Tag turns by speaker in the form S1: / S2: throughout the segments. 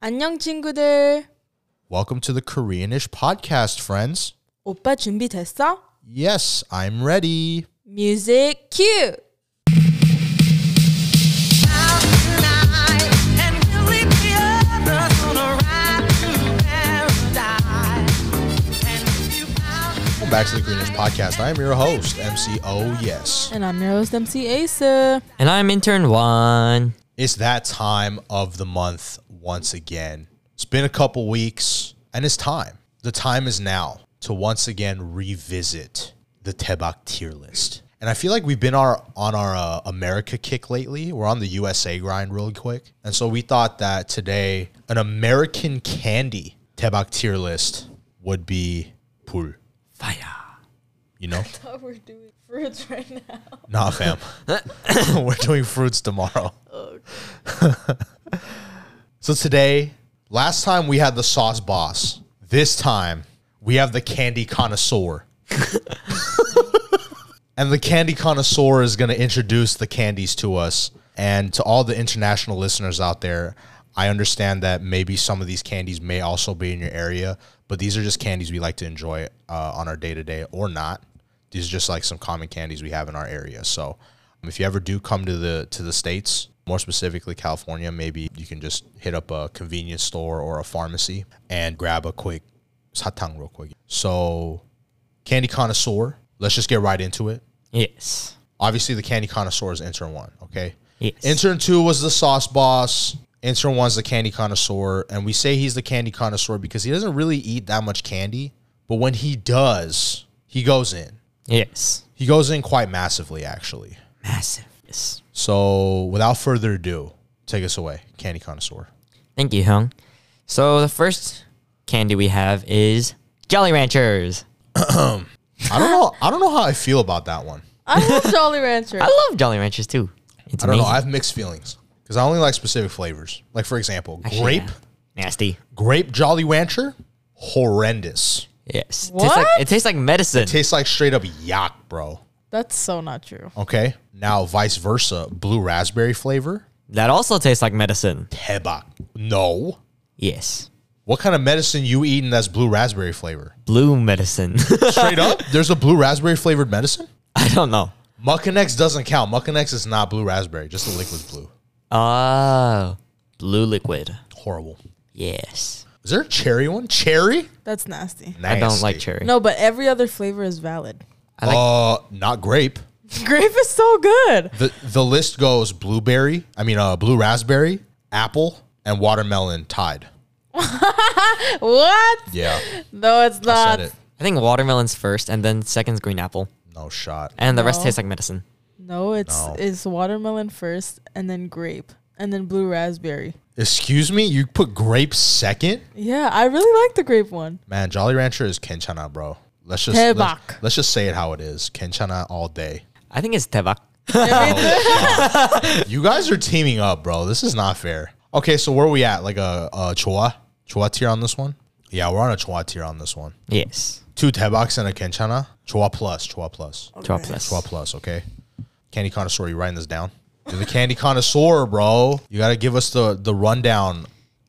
S1: 안녕 친구들.
S2: Welcome to the Koreanish podcast, friends.
S1: 오빠 준비됐어?
S2: Yes, I'm ready.
S1: Music cue.
S2: Welcome back to the Koreanish podcast. I am your host, MC Oh Yes.
S1: And I'm your host MC Asa.
S3: And I'm intern one.
S2: It's that time of the month once again. It's been a couple weeks, and it's time. The time is now to once again revisit the Tebak tier list. And I feel like we've been our, on our uh, America kick lately. We're on the USA grind really quick. And so we thought that today, an American candy Tebak tier list would be pul.
S3: Fire.
S2: You know?
S1: Oh, we're doing fruits right now.
S2: Nah, fam. We're doing fruits tomorrow. so today, last time we had the sauce boss. This time we have the candy connoisseur. and the candy connoisseur is going to introduce the candies to us. And to all the international listeners out there, I understand that maybe some of these candies may also be in your area, but these are just candies we like to enjoy uh, on our day to day or not. These are just like some common candies we have in our area. So um, if you ever do come to the to the states, more specifically California, maybe you can just hit up a convenience store or a pharmacy and grab a quick satang real quick. So candy connoisseur. Let's just get right into it.
S3: Yes.
S2: Obviously, the candy connoisseur is intern one. Okay.
S3: Yes.
S2: Intern two was the sauce boss. Intern one's the candy connoisseur, and we say he's the candy connoisseur because he doesn't really eat that much candy, but when he does, he goes in.
S3: Yes.
S2: He goes in quite massively, actually.
S3: Massive. Yes.
S2: So, without further ado, take us away, candy connoisseur.
S3: Thank you, Hung. So the first candy we have is Jolly Ranchers.
S2: I don't know. I don't know how I feel about that one.
S1: I love Jolly Rancher.
S3: I love Jolly Ranchers too. It's
S2: I don't know.
S3: amazing.
S2: I have mixed feelings because I only like specific flavors. Like for example,
S3: Actually,
S2: grape,
S3: yeah. Nasty.
S2: grape Jolly Rancher, horrendous.
S3: Yes. It tastes
S1: What?
S3: like it tastes like medicine.
S2: Tastes like straight up yak, bro.
S1: That's so not true.
S2: Okay. Now, vice versa, blue raspberry flavor,
S3: that also tastes like medicine.
S2: tebak. No.
S3: Yes.
S2: What kind of medicine you eating that's blue raspberry flavor?
S3: Blue medicine.
S2: Straight up, there's a blue raspberry flavored medicine?
S3: I don't know.
S2: Muckinex doesn't count. Muckinex is not blue raspberry, just the liquid's blue.
S3: Oh. Blue liquid.
S2: Horrible.
S3: Yes.
S2: Is there a cherry one? Cherry?
S1: That's nasty.
S3: I don't like
S2: Nasty.
S3: cherry.
S1: No, but every other flavor is valid.
S3: I like
S2: Uh, not grape.
S1: Grape is so good.
S2: The the list goes blueberry, I mean uh blue raspberry, apple, and watermelon tied.
S1: What?
S2: Yeah.
S1: No, it's
S2: Said
S1: not.
S2: it.
S3: I think watermelon's first and then second's green apple.
S2: No shot.
S3: And the rest
S1: No.
S3: tastes like medicine.
S1: No, it's
S2: No.
S1: it's watermelon first, and then grape, and then blue raspberry.
S2: Excuse me, you put grape second?
S1: Yeah, I really like the grape one.
S2: Man, Jolly Rancher is Kenchana, bro. Let's just let's,
S1: Tebak.
S2: let's just say it how it is. Kenchana all day. Oh,
S3: I think it's tebak.
S2: You guys are teaming up, bro. This is not fair. Okay, so where are we at? Like a, a Chua? Chua tier on this one? Yeah, we're on a Chua tier on this one.
S3: Yes.
S2: Two Tebaks and a Kenchana. Chua plus, Chua plus,
S3: Draw plus.
S2: Chua plus, okay? Candy connoisseur, you writing this down? You're the candy connoisseur, bro. You got to give us the, the rundown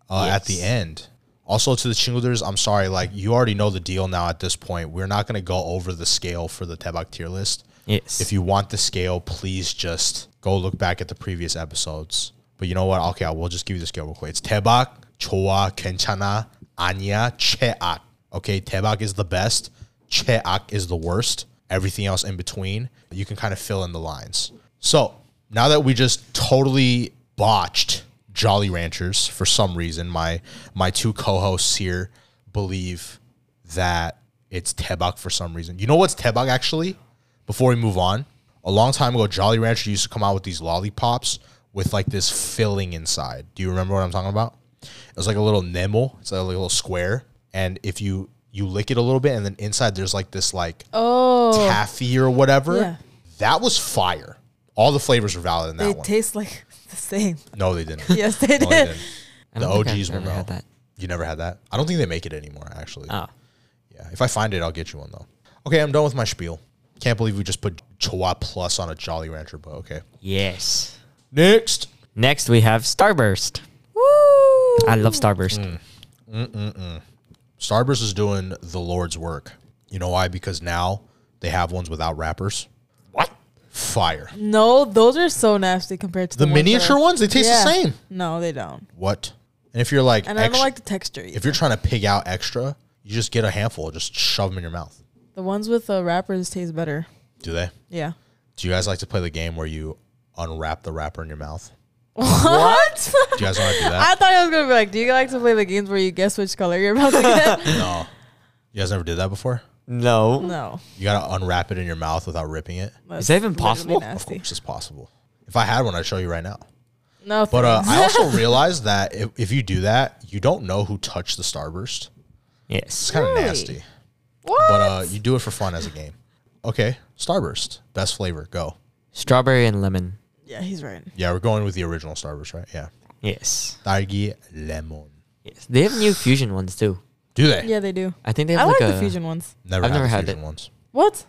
S2: uh, at the
S3: Yes.
S2: end. Also, to the Chingleders, I'm sorry. Like, you already know the deal now at this point. We're not going to go over the scale for the Tebak tier list.
S3: Yes.
S2: If you want the scale, please just go look back at the previous episodes. But you know what? Okay, I will just give you the scale real quick. It's Tebak, Choa, Kenchana, Anya, Cheak. Okay, Tebak is the best, Cheak is the worst. Everything else in between, you can kind of fill in the lines. So now that we just totally botched Jolly Ranchers for some reason, my my two co-hosts here believe that it's Tebak for some reason. You know what's Tebak actually? Before we move on, a long time ago, Jolly Rancher used to come out with these lollipops with like this filling inside. Do you remember what I'm talking about? It was like a little nemo. It's like a little square, and if you you lick it a little bit, and then inside there's like this like
S1: Oh,
S2: taffy or whatever.
S1: Yeah.
S2: That was fire. All the flavors were valid in that
S1: they
S2: one.
S1: taste like the same.
S2: no, they didn't.
S1: Yes, they
S2: No, they
S1: did.
S2: didn't.
S3: I
S2: The
S3: don't think I've
S2: OGs will
S3: ever
S2: know.
S3: had that.
S2: You never had that. I don't think they make it anymore. Actually.
S3: Oh.
S2: Yeah. If I find it, I'll get you one though. Okay, I'm done with my spiel. Can't believe we just put Chihuahua Plus on a Jolly Rancher, but okay.
S3: Yes.
S2: Next.
S3: Next we have Starburst.
S1: Woo!
S3: I love Starburst.
S2: Starburst is doing the Lord's work. You know why? Because now they have ones without wrappers.
S3: What?
S2: Fire.
S1: No, those are so nasty compared to the,
S2: The miniature ones,
S1: ones.
S2: they
S1: Mm, that-
S2: taste
S1: Yeah.
S2: the same.
S1: No, they don't.
S2: What? And if you're like,
S1: And I
S2: extra,
S1: don't like the texture. Either.
S2: if you're trying to pig out extra, you just get a handful, just shove them in your mouth.
S1: the ones with the wrappers taste better.
S2: Do they?
S1: Yeah.
S2: Do you guys like to play the game where you unwrap the wrapper in your mouth?
S1: What?
S2: Do you guys want to do that?
S1: I thought I was gonna be like, do you like to play the games where you guess which color you're about to get?
S2: no. You guys never did that before?
S3: No.
S1: no.
S2: You gotta unwrap it in your mouth without ripping it?
S1: That's
S3: Is that even
S1: literally
S3: possible? Of
S2: Of
S1: Nasty.
S2: course it's possible. If I had one, I'd show you right now.
S1: No.
S2: But uh,
S1: thanks.
S2: I also realized that if, if you do that, you don't know who touched the starburst. It's
S3: Yes.
S2: kind of
S1: Really?
S2: nasty.
S1: what?
S2: But uh, you do it for fun as a game. Okay, starburst. Best flavor, go.
S3: Strawberry and lemon.
S1: yeah, he's right.
S2: Yeah, we're going with the original starburst, right? Yeah.
S3: Yes.
S2: Targi lemon.
S3: Yes. They have new fusion ones too.
S2: Do they?
S1: Yeah, they do.
S3: I think they
S1: I
S3: have
S1: like
S3: like, a
S1: the fusion ones.
S2: Never
S3: I've
S2: had
S3: never
S2: the
S3: had
S2: fusion
S3: it.
S2: ones.
S1: What?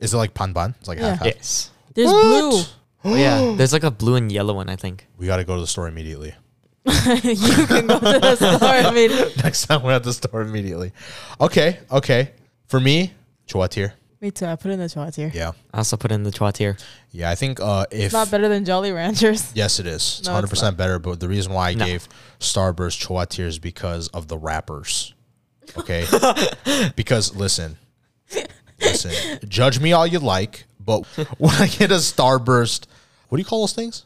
S2: Is it like panban? It's like
S1: Yeah.
S2: half half.
S3: Yes.
S1: There's
S2: What?
S3: Oh, yeah. There's like a blue and yellow one, I think.
S2: We got to go to the store immediately.
S1: blue. you can go to the store. I mean,
S2: Next time we're at the store immediately. Okay, okay. For me, chouatier.
S1: me too. I put in the shots here.
S2: Yeah,
S3: I also put in the trois tier.
S2: yeah. I think uh, if
S1: It's not better than Jolly Ranchers.
S2: Yes, it is. It's
S1: No, it's
S2: hundred percent better. But the reason why I
S3: No.
S2: gave Starburst Choatier is because of the rappers. Okay. because listen, listen. Judge me all you like, but when I get a Starburst, what do you call those things?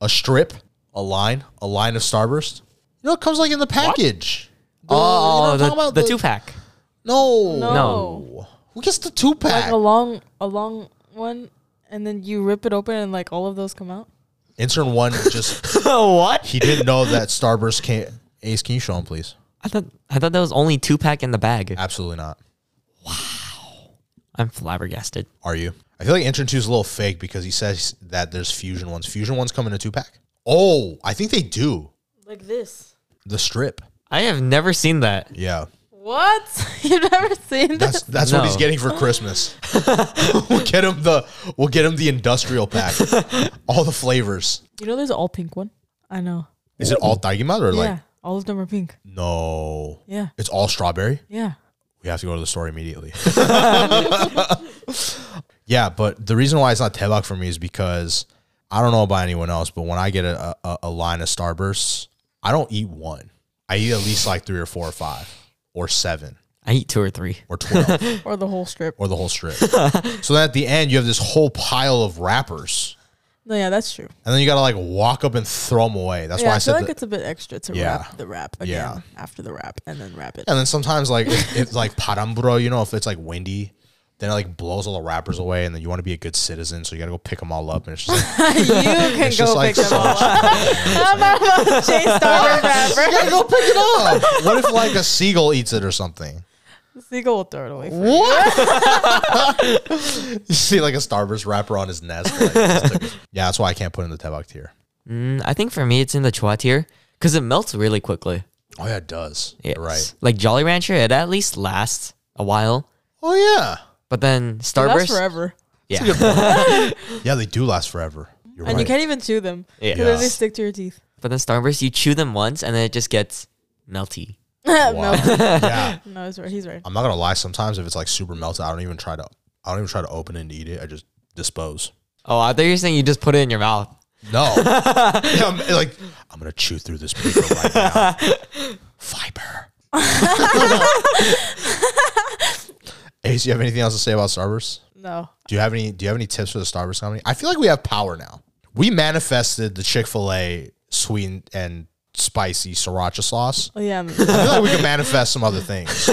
S2: A strip, a line, a line of Starburst. You know, it comes like in the package. The- you know what
S3: Oh,
S2: I'm
S3: the,
S2: talking about?
S3: the two pack.
S2: No.
S1: No.
S3: No.
S2: Who gets the two
S1: Like
S2: pack?
S1: a long, a long one, and then you rip it open, and like all of those come out.
S2: Intern one just
S3: what?
S2: he didn't know that Starburst came. Ace, can you show him, please?
S3: I thought I thought that was only two pack in the bag.
S2: Absolutely not.
S3: I'm flabbergasted.
S2: Are you? I feel like Intern 2 is a little fake because he says that there's fusion ones. Fusion ones come in a two pack. Oh, I think they do.
S1: Like this.
S2: The strip.
S3: I have never seen that.
S2: Yeah.
S1: What? You've never seen
S2: That's
S1: this?
S2: that's what he's
S3: No.
S2: getting for Christmas. we'll get him the we'll get him the industrial pack. all the flavors.
S1: You know, there's an all pink one. I know.
S2: Is it all Tagimad or
S1: yeah,
S2: like
S1: all of them are pink.
S2: no.
S1: Yeah,
S2: It's all strawberry?
S1: yeah.
S2: We have to go to the store immediately. yeah, but the reason why it's not Tebak for me is because I don't know about anyone else, but when I get a, a, a line of Starbursts, I don't eat one. I eat at least like three or four or five or seven
S3: I eat two or three.
S2: or 12
S1: Or the whole strip.
S2: or the whole strip. So then at the end, you have this whole pile of wrappers.
S1: No, yeah, that's true.
S2: And then you got to like walk up and throw them away. That's
S1: yeah,
S2: why I,
S1: I
S2: said
S1: feel like
S2: that.
S1: it's a bit extra to
S2: Yeah.
S1: wrap the wrap again
S2: Yeah.
S1: after the wrap and then wrap it.
S2: And then sometimes like if, if like parambro, you know, if it's like windy, then it like blows all the wrappers away, and then you want to be a good citizen, so you gotta go pick them all up, and it's just like,
S1: you can
S2: it's just
S1: go
S2: like
S1: pick them
S2: so
S1: all
S2: much-
S1: up. I'm not about to chase
S2: you
S1: Starburst wrapper.
S2: gotta go pick it up. What if like a seagull eats it or something?
S1: Seagull will throw it away. For
S2: What? you see like a starburst wrapper on his nest. like, just took it. yeah, that's why I can't put in the tebak tier.
S3: Mm, I think for me it's in the chua tier because it melts really quickly.
S2: Oh yeah, it does.
S3: Yes.
S2: You're right.
S3: Like Jolly Rancher, it at least lasts a while.
S2: Oh yeah.
S3: But then
S1: That's
S3: Starburst,
S1: forever.
S3: yeah,
S2: Yeah, they do last forever. You're
S1: And
S2: right.
S1: you can't even chew them.
S3: Yeah.
S1: Because
S2: Yeah.
S1: they stick to your teeth.
S3: but then Starburst, you chew them once and then it just gets melty.
S2: Wow.
S1: no,
S2: yeah.
S1: no, he's right. He's right.
S2: I'm not gonna lie. Sometimes if it's like super melted, I don't even try to. I don't even try to open it and eat it. I just dispose.
S3: Oh, I thought you were saying you just put it in your mouth.
S2: No, Yeah, I'm like I'm gonna chew through this paper right now. Fiber. Ace, you have anything else to say about Starburst?
S1: No.
S2: Do you have any? Do you have any tips for the Starburst company? I feel like we have power now. We manifested the Chick Fil A sweet and spicy sriracha sauce.
S1: Oh, yeah. I'm-
S2: I feel like we can manifest some other things.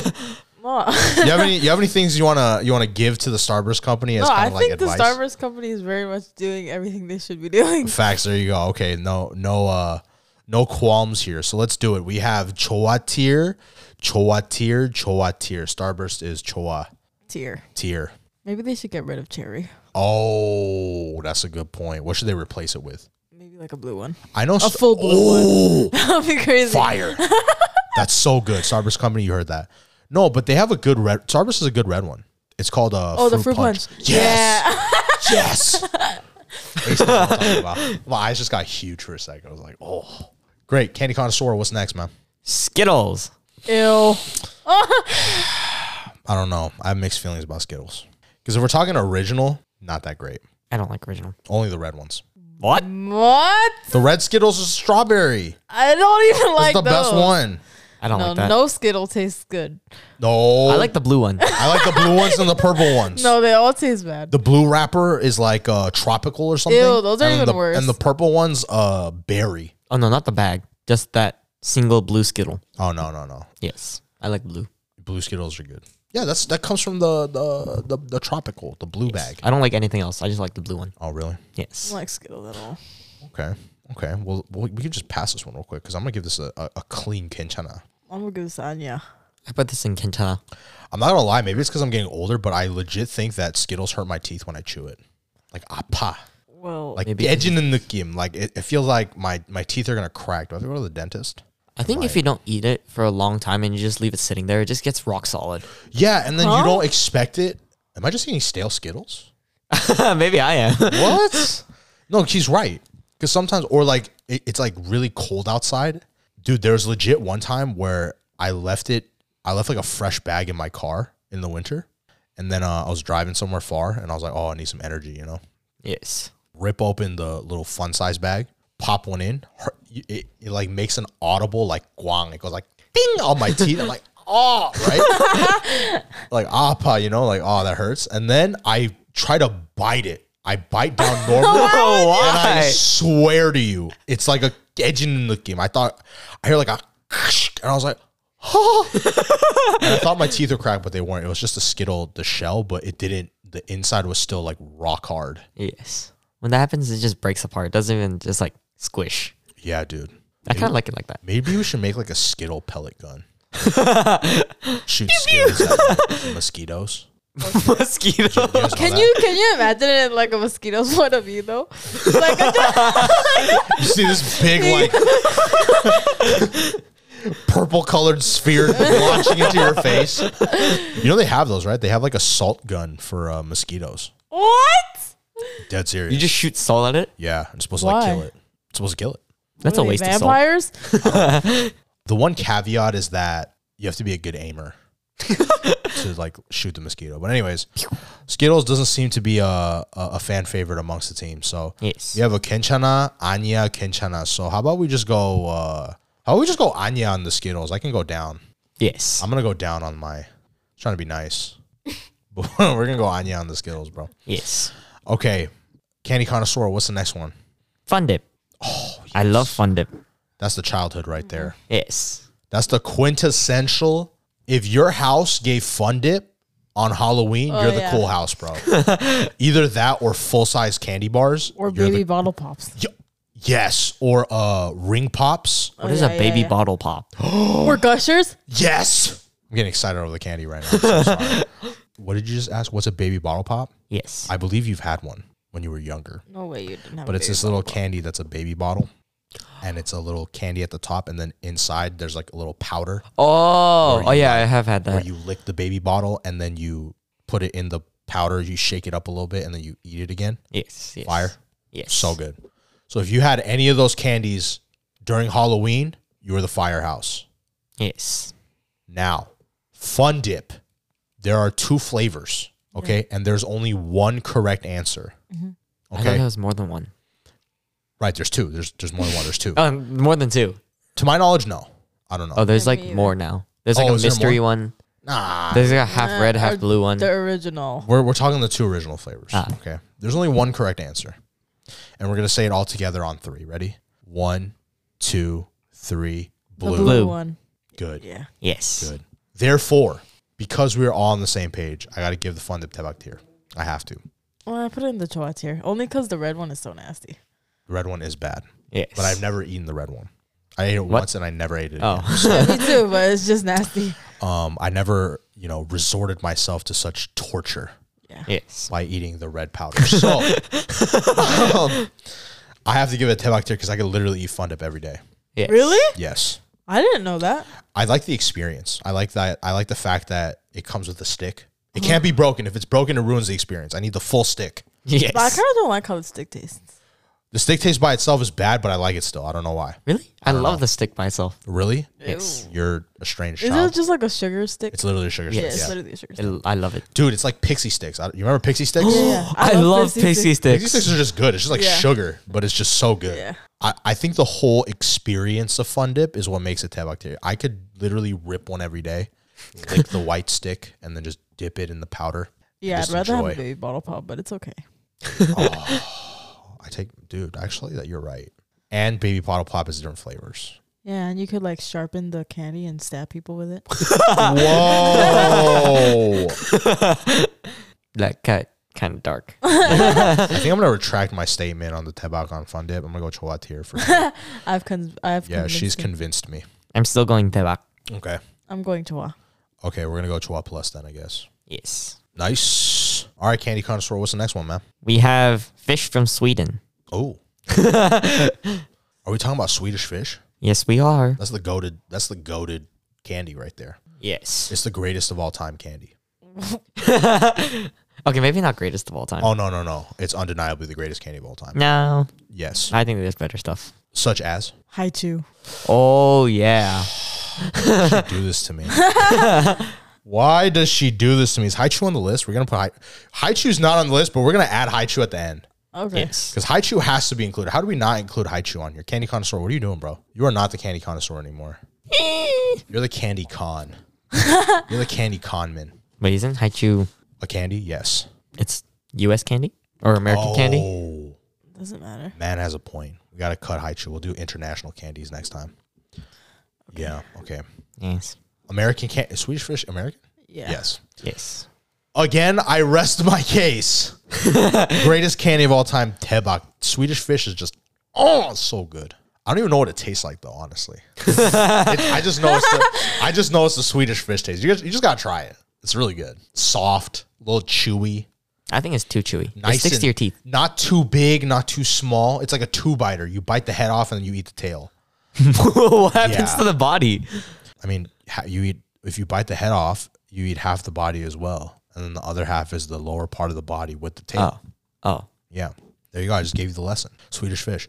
S1: No,
S2: You have any? You have any things you wanna you wanna give to the Starburst company as
S1: no
S2: kind
S1: I
S2: of like
S1: think
S2: advice?
S1: the Starburst company is very much doing everything they should be doing.
S2: Facts. There you go. Okay. No, no, uh, no qualms here. So let's do it. We have Choa tier, Choa tier, Choa tier. Starburst is Choa
S1: Tier.
S2: tier.
S1: Maybe they should get rid of cherry.
S2: Oh, that's a good point. What should they replace it with?
S1: Maybe like a blue one.
S2: I know Oh, a
S1: full blue
S2: one.
S1: That'd be crazy.
S2: Fire. that's so good. Starburst company. You heard that? No, but they have a good red. Starburst is a good red one. It's called a.
S1: Oh, the fruit punch.
S2: Yes.
S1: Yeah.
S2: Yes. Ace knows what I'm talking about. My eyes just got huge for a second. I was like, oh, Great. Candy connoisseur. What's next, man?
S3: Skittles.
S1: Ew.
S2: I don't know. I have mixed feelings about Skittles. Because if we're talking original, not that great.
S3: I don't like original.
S2: Only the red ones.
S3: What?
S1: What?
S2: The red Skittles is strawberry.
S1: I don't even
S2: That's
S1: like
S2: the
S1: those.
S2: best one.
S3: I don't
S1: No,
S3: like that.
S1: no Skittle tastes good.
S2: No.
S3: I like the blue one.
S2: I like the blue ones and the purple ones.
S1: No, they all taste bad.
S2: The blue wrapper is like uh tropical or something.
S1: Ew, those are
S2: and
S1: even
S2: the,
S1: worse.
S2: And the purple one's uh berry.
S3: oh no, not the bag. Just that single blue Skittle.
S2: Oh no, no, no.
S3: Yes, I like blue.
S2: Blue Skittles are good. Yeah, that's that comes from the the the, the tropical, the blue bag.
S3: I don't like anything else. I just like the blue one.
S2: Oh really?
S1: I
S3: Yes.
S1: don't like Skittles at all.
S2: Okay. Okay. Well, we we can just pass this one real quick because I'm gonna give this a, a, a clean quinchana.
S1: I'm gonna give this to Anya.
S3: I put this in Quintana.
S2: I'm not gonna lie, maybe it's because I'm getting older, but I legit think that Skittles hurt my teeth when I chew it. Like apa,
S1: Well,
S2: like
S3: Maybe-
S2: edging in the game. Like it, it feels like my my teeth are gonna crack. Do I have to go to the dentist?
S3: I think if you don't eat it for a long time and you just leave it sitting there, it just gets rock solid.
S2: Yeah, and then
S1: Huh?
S2: you don't expect it. Am I just eating stale Skittles?
S3: Maybe I am.
S2: What? no, she's right. Because sometimes, or like, it, it's like really cold outside. Dude, there was legit one time where I left it, I left like a fresh bag in my car in the winter. And then uh, I was driving somewhere far and I was like, oh, I need some energy, you know?
S3: yes.
S2: Rip open the little fun size bag, pop one in. Her, it, it, it like makes an audible like guang. It goes like ding on my teeth. I'm like, oh, right? like, apa, you know, like, oh, that hurts. And then I try to bite it. I bite down normally.
S3: Oh,
S2: And I
S3: why?
S2: swear to you, it's like a edging in the game. I thought I hear like a and I was like, oh. and I thought my teeth were cracked, but they weren't. It was just a skittle, the shell, but it didn't. The inside was still like rock hard.
S3: Yes. When that happens, it just breaks apart. It doesn't even just like squish.
S2: Yeah, dude.
S3: I kind of like it like that.
S2: Maybe we should make like a skittle pellet gun. Shoot skittles at mosquitoes.
S3: Mosquito.
S2: You guys know
S1: can
S2: that?
S1: you can you imagine it like a mosquito's point of view though? Like a
S2: You see this big like purple colored sphere launching into your face. You know they have those, right? They have like a salt gun for uh, mosquitoes.
S1: what?
S2: Dead serious.
S3: You just shoot salt at it?
S2: yeah, it's supposed to like kill
S1: Why?
S2: it. It's supposed to kill it.
S3: That's a
S1: Really,
S3: waste of salt.
S1: Vampires?
S2: The one caveat is that you have to be a good aimer to like shoot the mosquito. But anyways, Skittles doesn't seem to be a a, a fan favorite amongst the team. So
S3: Yes.
S2: you have a Kenchana, Anya, Kenchana. So how about we just go? uh How about we just go Anya on the Skittles? I can go down.
S3: Yes.
S2: I'm gonna go down on my. Trying to be nice, but we're gonna go Anya on the Skittles, bro.
S3: yes.
S2: Okay, Candy Connoisseur. What's the next one?
S3: Fun dip. Oh, I love fun dip.
S2: That's the childhood right there.
S3: Yes.
S2: That's the quintessential. If your house gave fun dip on Halloween, you're the
S1: Oh, yeah.
S2: cool house, bro. Either that or full size candy bars.
S1: Or
S2: You're
S1: baby
S2: The,
S1: bottle pops.
S2: Y- yes. Or uh, ring pops.
S3: What
S1: Oh,
S3: is
S1: yeah,
S3: a
S1: yeah,
S3: baby
S1: yeah.
S3: bottle pop?
S1: Or gushers?
S2: Yes. I'm getting excited over the candy right now. I'm so sorry. what did you just ask? What's a baby bottle pop?
S3: Yes.
S2: I believe you've had one when you were younger.
S1: No way you didn't have
S2: but
S1: a
S2: it's
S1: baby
S2: this little candy that's a baby bottle and it's a little candy at the top and then inside there's like a little powder
S3: Oh, oh yeah, I have had
S2: where
S3: that.
S2: you lick the baby bottle and then you put it in the powder you shake it up a little bit and then you eat it again
S3: yes, yes.
S2: fire
S3: Yes.
S2: so good so if you had any of those candies during halloween you were the firehouse
S3: Yes.
S2: now fun dip there are two flavors okay and there's only one correct answer
S3: Mm-hmm. I thought
S2: okay
S3: it was more than one.
S2: right there's two there's there's more than one there's two
S3: Oh, more than two.
S2: to my knowledge no i don't know
S3: Oh, there's
S1: Yeah,
S3: like
S1: me either.
S3: more now. There's like
S2: Oh,
S3: a
S2: is there
S3: mystery one.
S2: nah
S3: There's like a half
S1: Uh,
S3: red, half
S1: or
S3: blue one.
S1: The original.
S2: We're, we're talking the two original flavors.
S3: Ah.
S2: Okay. There's only one correct answer. And we're going to say it all together on three. Ready? One, two, three. Blue.
S1: The blue,
S3: Blue.
S1: one.
S2: Good.
S1: Yeah.
S3: Yes.
S2: Good. Therefore, because we are all on the same page, I got to give the fun dip tebak tier. I have to.
S1: Well, I put it in the choa tier. Only because the red one is so nasty.
S2: The red one is bad,
S3: Yes.
S2: but I've never eaten the red one. I ate it once and I never ate it. Again.
S3: Oh.
S1: yeah, me too, but it's just nasty.
S2: Um, I never, you know, resorted myself to such torture.
S3: yes.
S2: by eating the red powder. So um, I have to give it a tebak tier because I could literally eat fun dip every day.
S3: Yes.
S1: Really?
S2: Yes.
S1: I didn't know that.
S2: I like the experience. I like that. I like the fact that it comes with a stick. It can't be broken. If it's broken, it ruins the experience. I need the full stick.
S1: But I
S3: Yes.
S1: kind of don't like how the stick tastes.
S2: The steak taste by itself is bad, but I like it still. I don't know why.
S3: Really? I, love the stick by itself.
S2: Really?
S3: Yes.
S2: You're a strange
S1: Is
S2: child.
S1: it just like a sugar stick?
S2: it's literally a sugar
S1: yeah,
S2: stick.
S1: it's
S2: Yeah.
S1: literally a sugar stick.
S3: It- I love it.
S2: Dude, it's like pixie sticks. I, you remember pixie sticks?
S1: Yeah, yeah.
S3: I, love pixie, sticks.
S2: Pixie sticks are just good. It's just like
S1: Yeah.
S2: sugar, but it's just so good.
S1: Yeah.
S2: I, I think the whole experience of Fun Dip is what makes it tabak teriyaki. I could literally rip one every day, lick the white stick, and then just dip it in the powder.
S1: Yeah, I'd
S2: Just
S1: rather have
S2: enjoy.
S1: a baby bottle pop, but it's okay.
S2: I take, dude, actually, that you're right. And baby bottle pop is different flavors.
S1: Yeah, and you could like sharpen the candy and stab people with it.
S2: Whoa!
S3: Like kind kind of dark.
S2: I think I'm gonna retract my statement on the tabak on Fun Dip. I'm gonna go cholat here for.
S1: I've con- I've
S2: Yeah, she's
S1: convinced
S2: convinced
S1: him.
S2: me.
S3: I'm still going tebak.
S2: Okay.
S1: I'm going to uh, wa.
S2: Okay, we're gonna go Chihuahua Plus then, I guess.
S3: Yes.
S2: Nice. All right, Candy Connoisseur. What's the next one, man?
S3: We have fish from Sweden.
S2: Oh. Are we talking about Swedish fish?
S3: Yes, we are.
S2: That's the goaded. That's the goaded candy right there.
S3: Yes.
S2: It's the greatest of all time candy.
S3: Okay, maybe not greatest of all time.
S2: Oh no no no! It's undeniably the greatest candy of all time.
S3: No,
S2: Yes,
S3: I think there's better stuff.
S2: such as
S1: Hi too.
S3: Oh yeah.
S2: she do this to me. Why does she do this to me? Is Haichu on the list? We're gonna put Hai- Haichu's not on the list, but we're gonna add Haichu at the end.
S1: Okay.
S3: Yes.
S2: Because Haichu has to be included. How do we not include Haichu on here? Candy connoisseur, what are you doing, bro? You are not the candy connoisseur anymore. You're the candy con. You're the candy con man.
S3: Wait, isn't Haichu
S2: A candy? Yes.
S3: it's US candy? Or American candy?
S2: Oh,
S1: Doesn't matter.
S2: man has a point. We got to cut Haichu. We'll do international candies next time. Yeah. Okay.
S3: Yes.
S2: American candy. Swedish fish, American?
S1: Yeah.
S2: Yes.
S3: Yes.
S2: Again, I rest my case. Greatest candy of all time, Tebak. Swedish fish is just oh so good. I don't even know what it tastes like though, honestly. It- I just know it's the I just know it's the Swedish fish taste. You just, you just gotta try it. It's really good. Soft, a little chewy,
S3: I think it's too chewy.
S2: nice.
S3: it sticks
S2: and-
S3: to your teeth.
S2: Not too big, not too small. It's like a two biter. You bite the head off and then you eat the tail.
S3: what happens
S2: Yeah.
S3: to the body?
S2: I mean, ha- you eat if you bite the head off, you eat half the body as well, and then the other half is the lower part of the body with the tail.
S3: Oh. Oh.
S2: Yeah. There you go. I just gave you the lesson. Swedish fish.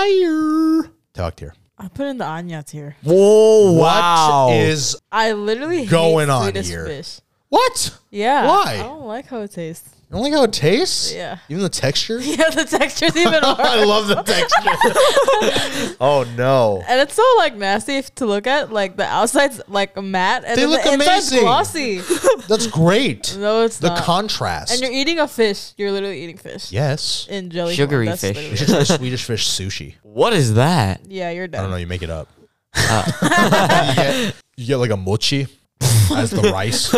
S2: Fire. Talk here.
S1: I put in the Anya tier.
S3: Whoa.
S2: What is
S1: I literally
S2: Going
S1: hate
S2: on
S1: Swedish
S2: here.
S1: fish.
S2: what?
S1: Yeah.
S2: Why?
S1: I don't like how it tastes.
S2: You don't like how it tastes?
S1: Yeah.
S2: Even the texture?
S1: Yeah, the texture's even worse.
S2: I love the texture. oh no.
S1: And it's so like nasty if- to look at. Like the outside's like matte and
S2: They
S1: then
S2: look
S1: the inside's
S2: amazing.
S1: glossy.
S2: That's great.
S1: No, it's
S2: the
S1: not.
S2: contrast.
S1: and you're eating a fish. You're literally eating fish
S2: yes.
S1: in jelly. form.
S3: Sugary
S1: That's
S3: fish.
S2: You
S1: literally-
S2: should try Swedish fish sushi.
S3: What is that?
S1: Yeah, you're
S2: I don't know.
S1: done.
S2: You make it up. you, get, you get like a mochi as the rice.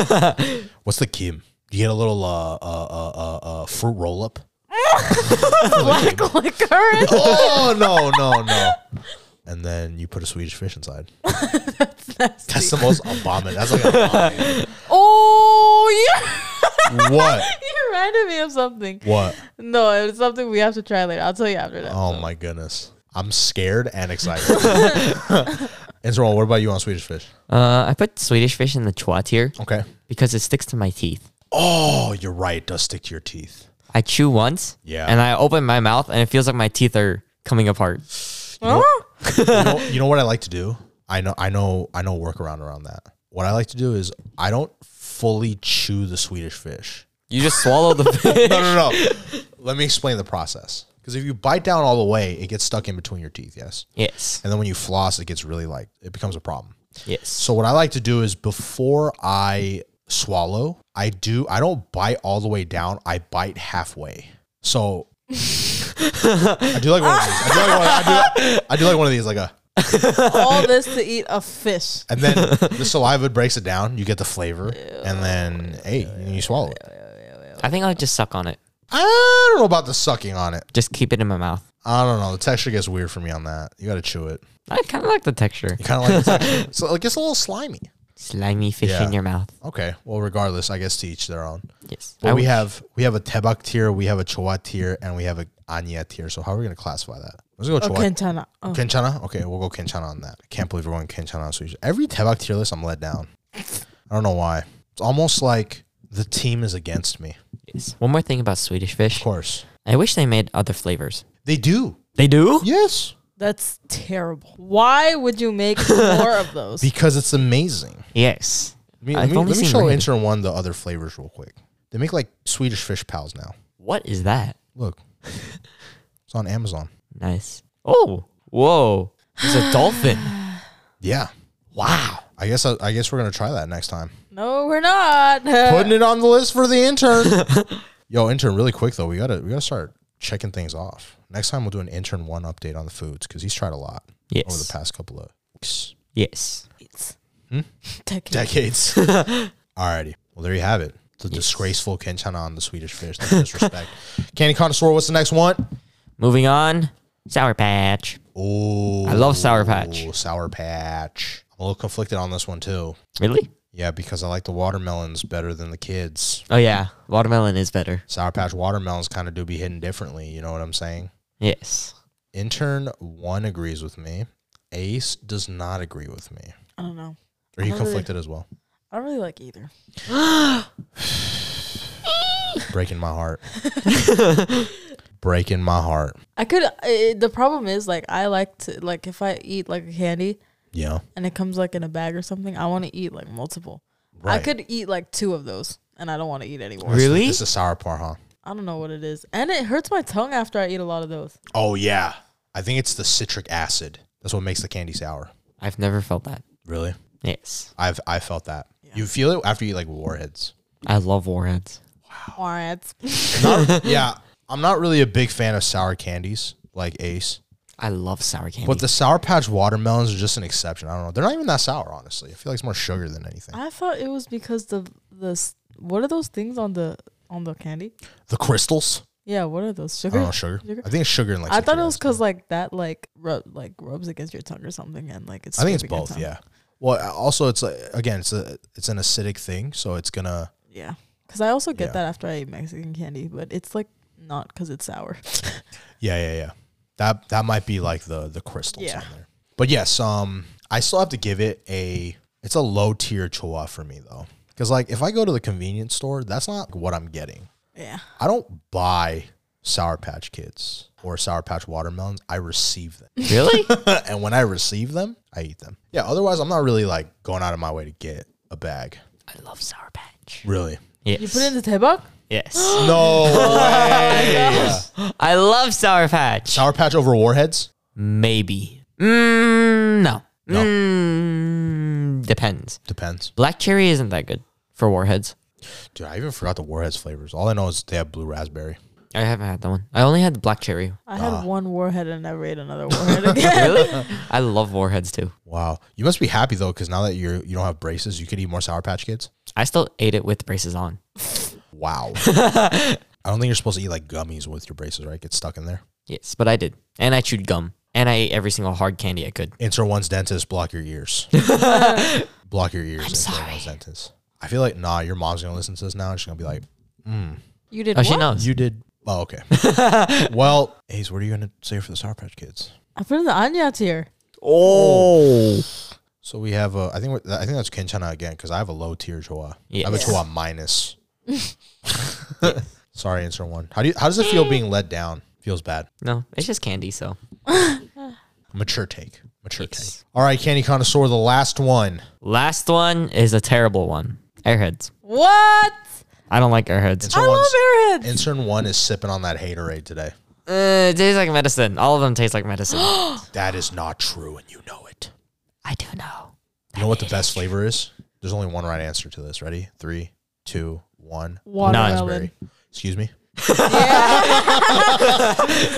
S2: What's the kim? You get a little uh, uh, uh, uh, uh, fruit roll up.
S1: Like current.
S2: oh no no no and then you put a swedish fish inside that's, the most abominable that's like an abomin-
S1: Oh, yeah.
S2: what
S1: you reminded me of something.
S2: what
S1: No, it's something we have to try later. I'll tell you after that.
S2: oh my goodness i'm scared and excited and so what about you on swedish fish
S3: Uh, I put Swedish fish in the chua tier
S2: okay
S3: because it sticks to my teeth.
S2: oh you're right it does stick to your teeth
S3: I chew once,
S2: Yeah.
S3: and I open my mouth, and it feels like my teeth are coming apart.
S1: Huh?
S2: you know, you know what I like to do? I know, I know, I know. a Workaround around that. What I like to do is I don't fully chew the Swedish fish.
S3: You just swallow the fish.
S2: No, no, no. Let me explain the process. Because if you bite down all the way, it gets stuck in between your teeth. Yes,
S3: Yes,
S2: and then when you floss, it gets really like it becomes a problem.
S3: yes.
S2: So what I like to do is before I swallow, I do I don't bite all the way down. I bite halfway. So I do like one of these. I do like one, I do, I do like one of these, like a Oh.
S1: All this to eat a fish.
S2: and then the saliva breaks it down. You get the flavor, and then hey, you swallow it.
S3: I think I'll just suck on it.
S2: I don't know about the sucking on it.
S3: Just keep it in my mouth.
S2: I don't know. The texture gets weird for me on that. You got to chew it.
S3: I kind of like the texture.
S2: You kind of like the texture. so it gets a little slimy.
S3: Slimy fish
S2: Yeah.
S3: in your mouth.
S2: Okay. Well, regardless, I guess to each their own.
S3: Yes.
S2: But
S3: I
S2: we
S3: would-
S2: have we have a Tebak tier, we have a Chua tier, and we have a Anya tier. So how are we gonna classify that? Let's go
S1: Oh,
S2: Chua.
S1: Quintana. Oh.
S2: Kenchana? Okay, we'll go Kenchana on that. I can't believe we're going Kenchana on Swedish. Every Tebak tier list I'm let down. I don't know why. It's almost like the team is against me.
S3: Yes. One more thing about Swedish
S2: Of
S3: fish.
S2: course.
S3: I wish they made other flavors.
S2: They do.
S3: They do?
S2: Yes.
S1: That's terrible. Why would you make more of those?
S2: Because it's amazing.
S3: Yes.
S2: I mean,
S3: I've
S2: let me,
S3: only
S2: let me
S3: seen
S2: show
S3: ramen.
S2: intern one the other flavors real quick. They make like Swedish fish pals now.
S3: What is that?
S2: Look, it's on Amazon.
S3: Nice. Oh, whoa. There's a dolphin.
S2: Yeah. Wow. I guess I, I guess we're gonna try that next time.
S1: no, we're not.
S2: Putting it on the list for the intern. Yo, intern, really quick though. We gotta we gotta start checking things off. Next time we'll do an intern one update on the foods because he's tried a lot
S3: Yes.
S2: over Oh, the past couple of weeks.
S3: Yes.
S1: Take it.
S2: decades. Alrighty. Well, there you have it. The disgraceful Kenchana on the Swedish fish. No disrespect. Candy connoisseur. What's the next one?
S3: Moving on. Sour Patch.
S2: Oh,
S3: I love Sour Patch.
S2: Sour Patch. I'm a little conflicted on this one too.
S3: Really?
S2: Yeah, because I like the watermelons better than the kids.
S3: Oh, yeah. Watermelon is better.
S2: Sour Patch watermelons kind of do be hidden differently. You know what I'm saying?
S3: Yes.
S2: Intern one agrees with me. Ace does not agree with me.
S1: I don't know.
S2: Are you
S1: I don't Oh, really-
S2: conflicted as well?
S1: I don't really like either.
S2: Breaking my heart. Breaking my heart.
S1: I could. i the problem is like I like to like if I eat like a candy
S2: Yeah.
S1: and it comes like in a bag or something, I want to eat like multiple. I
S2: Right.
S1: could eat like two of those and I don't want to eat anymore.
S3: Really?
S2: It's a sour part, huh?
S1: I don't know what it is, and it hurts my tongue after I eat a lot of those.
S2: Oh yeah. I think it's the citric acid. That's what makes the candy sour.
S3: I've never felt that.
S2: Really?
S3: Yes.
S2: I've I felt that. You feel it after you eat like warheads.
S3: I love warheads.
S1: Alright,
S2: Not- yeah. I'm not really a big fan of sour candies like Ace,
S3: I love sour candy.
S2: but the Sour Patch watermelons are just an exception. I don't know. They're not even that sour, honestly. I feel like it's more sugar than anything.
S1: I thought it was because the the s- what are those things on the on the candy?
S2: The crystals?
S1: Yeah, what are those
S2: I don't
S1: sugar?
S2: know, Oh, sugar.
S1: Sugar?
S2: I think it's sugar and like
S1: I thought
S2: citric
S1: it was
S2: acid.
S1: because like that like rub like rubs against your tongue or something and like it's.
S2: I think it's
S1: scraping your
S2: both,
S1: tongue.
S2: yeah. Well, also it's like again, it's a it's an acidic thing, so it's gonna
S1: Yeah. Because I also get
S2: Yeah.
S1: that after I eat Mexican candy, but it's like not because it's sour.
S2: Yeah, yeah, yeah. That that might be like the the crystals
S1: Yeah.
S2: on there. But yes, um, I still have to give it a. It's a low tier choa for me though, because like if I go to the convenience store, that's not what I'm getting.
S1: yeah.
S2: I don't buy Sour Patch Kids or Sour Patch watermelons. I receive them,
S3: really?
S2: and when I receive them, I eat them. Yeah. Otherwise, I'm not really like going out of my way to get a bag.
S3: I love sour patch.
S2: Really?
S3: Yes.
S1: You put it in the tebak?
S3: yes.
S2: No way.
S3: I love sour patch.
S2: Sour Patch over warheads?
S3: Maybe. Mm, no.
S2: No.
S3: Mm, depends.
S2: Depends.
S3: Black cherry isn't that good for warheads.
S2: Dude, I even forgot the warheads flavors. All I know is they have blue raspberry.
S3: I haven't had that one. I only had the black cherry.
S1: I
S2: Ah.
S1: had one warhead and never ate another warhead again.
S3: Really? I love warheads too.
S2: Wow, you must be happy though, because now that you're you don't have braces, you could eat more Sour Patch Kids.
S3: I still ate it with braces on.
S2: Wow, I don't think you're supposed to eat like gummies with your braces, right? Get stuck in there.
S3: Yes, but I did. And I chewed gum. And I ate every single hard candy I could.
S2: Enter one's dentist, block your ears. block your ears. I'm
S3: sorry.
S2: One's dentist. I feel like nah, your mom's gonna listen to this now. and She's gonna be like,
S1: You did
S3: Oh,
S1: what?
S3: she knows.
S2: you did. Oh, okay. well, Ace, what are you gonna say for the Sour Patch Kids?
S1: I put in the Anya tier.
S2: Oh. So we have a. I think we're, I think that's Kenchana again because I have a low tier Choa. I have a
S3: Yes.
S2: Choa minus. Sorry, answer one. How do you? How does it feel being let down? Feels bad.
S3: no, it's just candy, so.
S2: Mature take. Mature
S3: Yes.
S2: take. All right, candy connoisseur, the last one.
S3: Last one is a terrible one. Airheads.
S1: What?
S3: I don't like airheads.
S2: Insert
S1: I
S2: one's-
S1: love airheads.
S2: Insert one is sipping on that haterade today.
S3: Uh, it tastes like medicine. All of them taste like medicine.
S2: That is not true, and you know it.
S3: I do know.
S2: You know what the best flavor is? There's only one right answer to this. Ready? Three, two, one.
S1: Watermelon.
S2: Excuse me.
S1: Yeah.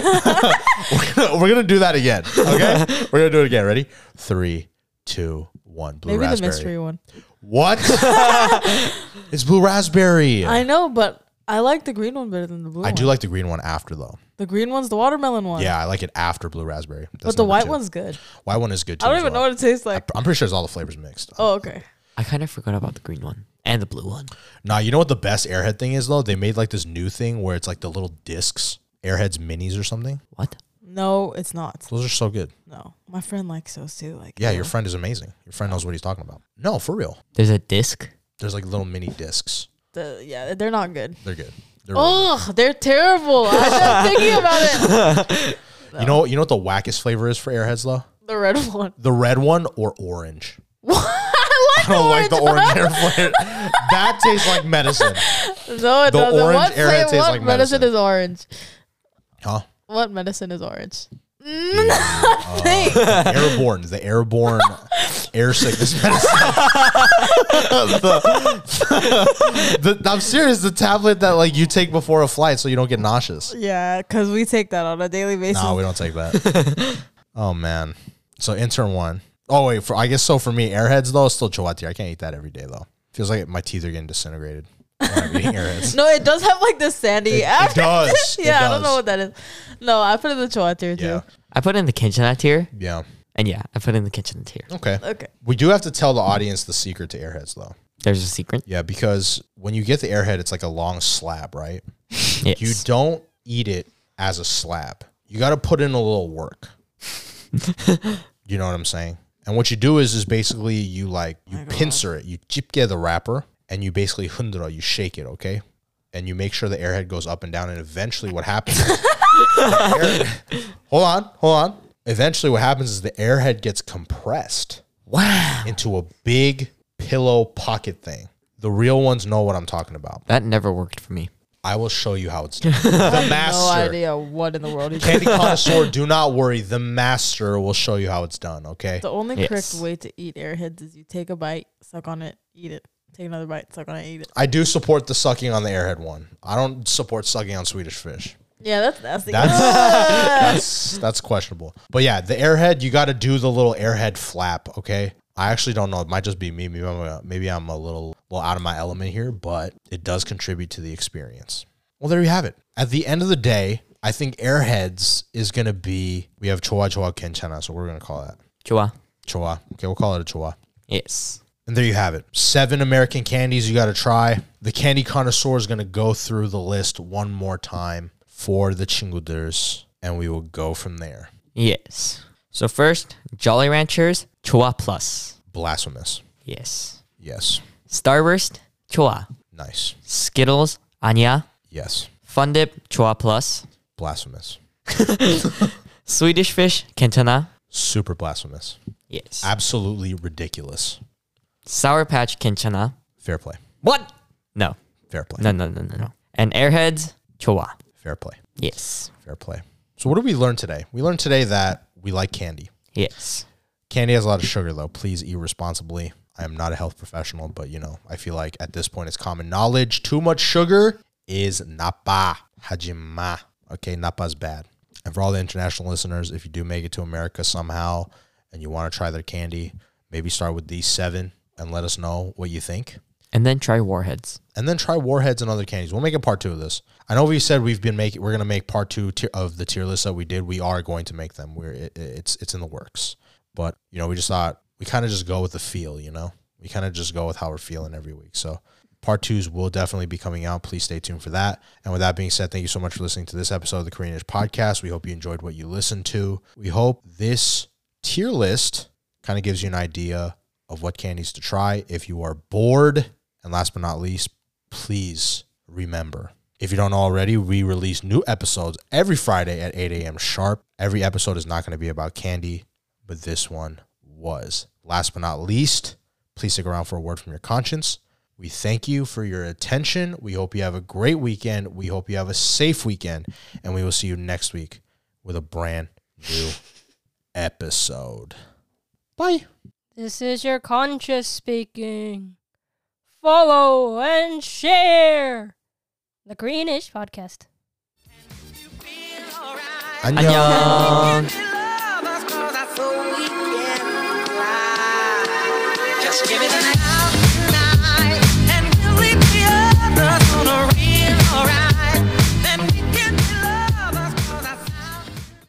S2: We're gonna do that again. Okay, we're gonna do it again. Ready? Three, two, one. Blue
S1: Maybe the
S2: raspberry.
S1: mystery one.
S2: What? it's blue raspberry. I,
S1: I know, but I like the green one better than the blue one.
S2: do like the green one after though.
S1: the green one's the watermelon one.
S2: Yeah, I like it after blue raspberry. That's
S1: But the
S2: number
S1: white
S2: two.
S1: one's good.
S2: white one is good too.
S1: I don't
S2: as
S1: even know
S2: well.
S1: what it tastes like.
S2: I'm pretty sure it's all the flavors mixed.
S1: Oh, okay.
S3: I kind of forgot about the green one and the blue one.
S2: Nah, you know what the best Airhead thing is though? They made like this new thing where it's like the little discs, Airheads minis or something.
S3: What?
S1: No, it's not.
S2: Those are so good.
S1: No. My friend likes those too. Like
S2: Yeah, your friend is amazing. Your friend knows what he's talking about. No, for real.
S3: There's a disc.
S2: There's like little mini discs.
S1: the, yeah, they're not good. Oh,
S2: They're good. They're really
S1: Ugh, they're terrible. I'm just thinking about it.
S2: You know, you know what the wackest flavor is for Airheads though?
S1: The red one.
S2: The red one or orange.
S1: What? I like
S2: I don't like the orange
S1: one.
S2: air flavor. That tastes like medicine,
S1: No, it
S2: The
S1: doesn't.
S2: orange
S1: what
S2: airhead
S1: flavor-
S2: tastes
S1: what
S2: like
S1: medicine
S2: medicine.
S1: is orange?
S2: huh?
S1: What medicine is orange?
S2: uh, airborne, the airborne air sickness medicine. the, the- I'm serious. The tablet that like you take before a flight so you don't get nauseous.
S1: Yeah, because we take that on a daily basis.
S2: No, we don't take that. oh man. So intern one. Oh wait, for I guess so for me, airheads though, it's still chawati. I can't eat that every day though. Feels like my teeth are getting disintegrated. when I'm eating airheads.
S1: No, it does have like this sandy
S2: It- it does. It
S1: yeah, I don't
S2: does.
S1: know what that is. No, I put it in the chihuahua tier
S2: Yeah.
S1: too.
S3: I put in the kitchen tier,
S2: Yeah.
S3: and yeah, I put in the kitchen tier.
S2: Okay.
S1: Okay.
S2: We do have to tell the audience the secret to airheads though.
S3: There's a secret.
S2: Yeah, because when you get the airhead, it's like a long slab, right?
S3: Yes.
S2: You don't eat it as a slab. You got to put in a little work. you know what I'm saying? And what you do is is basically you like you pincer it, you chip get the wrapper, and you basically hundra, you shake it, okay? And you make sure the airhead goes up and down, and eventually what happens? is- hold on, hold on. Eventually, what happens is the airhead gets compressed
S3: wow.
S2: into a big pillow pocket thing. The real ones know what I'm talking about.
S3: That never worked for me.
S2: I will show you how it's done. The
S1: No
S2: master.
S1: idea what in the world he did.
S2: Candy connoisseur, do not worry. The master will show you how it's done, okay?
S1: The only correct
S3: Yes.
S1: way to eat airheads is you take a bite, suck on it, eat it. Take another bite, suck on it, eat it.
S2: I do support the sucking on the airhead one. I don't support sucking on Swedish fish.
S1: Yeah, that's nasty.
S2: That's that's that's questionable. But yeah, the airhead, you gotta do the little airhead flap, okay? I actually don't know. It might just be me. Maybe I'm a, maybe I'm a little, little out of my element here, but it does contribute to the experience. Well, there you have it. At the end of the day, I think airheads is gonna be we have chowa chowa kenchana, so we're gonna call that
S3: Chua.
S2: chowa. Okay, we'll call it a chowa.
S3: Yes.
S2: And there you have it. Seven American candies you got to try. The candy connoisseur is going to go through the list one more time for the chinguders, and we will go from there.
S3: Yes. So first, Jolly Ranchers, Chua Plus.
S2: Blasphemous.
S3: Yes.
S2: Yes.
S3: Starburst, Chua.
S2: Nice.
S3: Skittles, Anya.
S2: Yes.
S3: Fun Dip, Chua Plus.
S2: Blasphemous.
S3: Swedish Fish, Kentana.
S2: Super blasphemous.
S3: Yes.
S2: Absolutely ridiculous.
S3: Sour Patch, Kentana.
S2: Fair play.
S3: What? No.
S2: Fair play.
S3: No, no, no, no, no. And Airheads, Chua.
S2: Fair play.
S3: Yes.
S2: Fair play. So, what did we learn today? We learned today that we like candy.
S3: Yes.
S2: Candy has a lot of sugar, though. Please eat responsibly. I am not a health professional, but you know, I feel like at this point it's common knowledge. Too much sugar is napa hajima. Okay, napa's bad. And for all the international listeners, if you do make it to America somehow and you want to try their candy, maybe start with these seven and let us know what you think.
S3: And then try Warheads.
S2: And then try warheads and other candies. We'll make a part two of this. I know we said we've been making. We're gonna make part two tier, of the tier list that we did. We are going to make them. We're it, it's it's in the works. But you know, we just thought we kind of just go with the feel. You know, we kind of just go with how we're feeling every week. So part twos will definitely be coming out. Please stay tuned for that. And with that being said, thank you so much for listening to this episode of the Koreanish podcast. We hope you enjoyed what you listened to. We hope this tier list kind of gives you an idea of what candies to try if you are bored. And last but not least, please remember if you don't know already, we release new episodes every Friday at 8 a.m. sharp. Every episode is not going to be about candy, but this one was. Last but not least, please stick around for a word from your conscience. We thank you for your attention. We hope you have a great weekend. We hope you have a safe weekend. And we will see you next week with a brand new episode. Bye.
S4: This is your conscious speaking. Follow and share the Greenish podcast.
S3: Annyeong.
S5: Just give me the next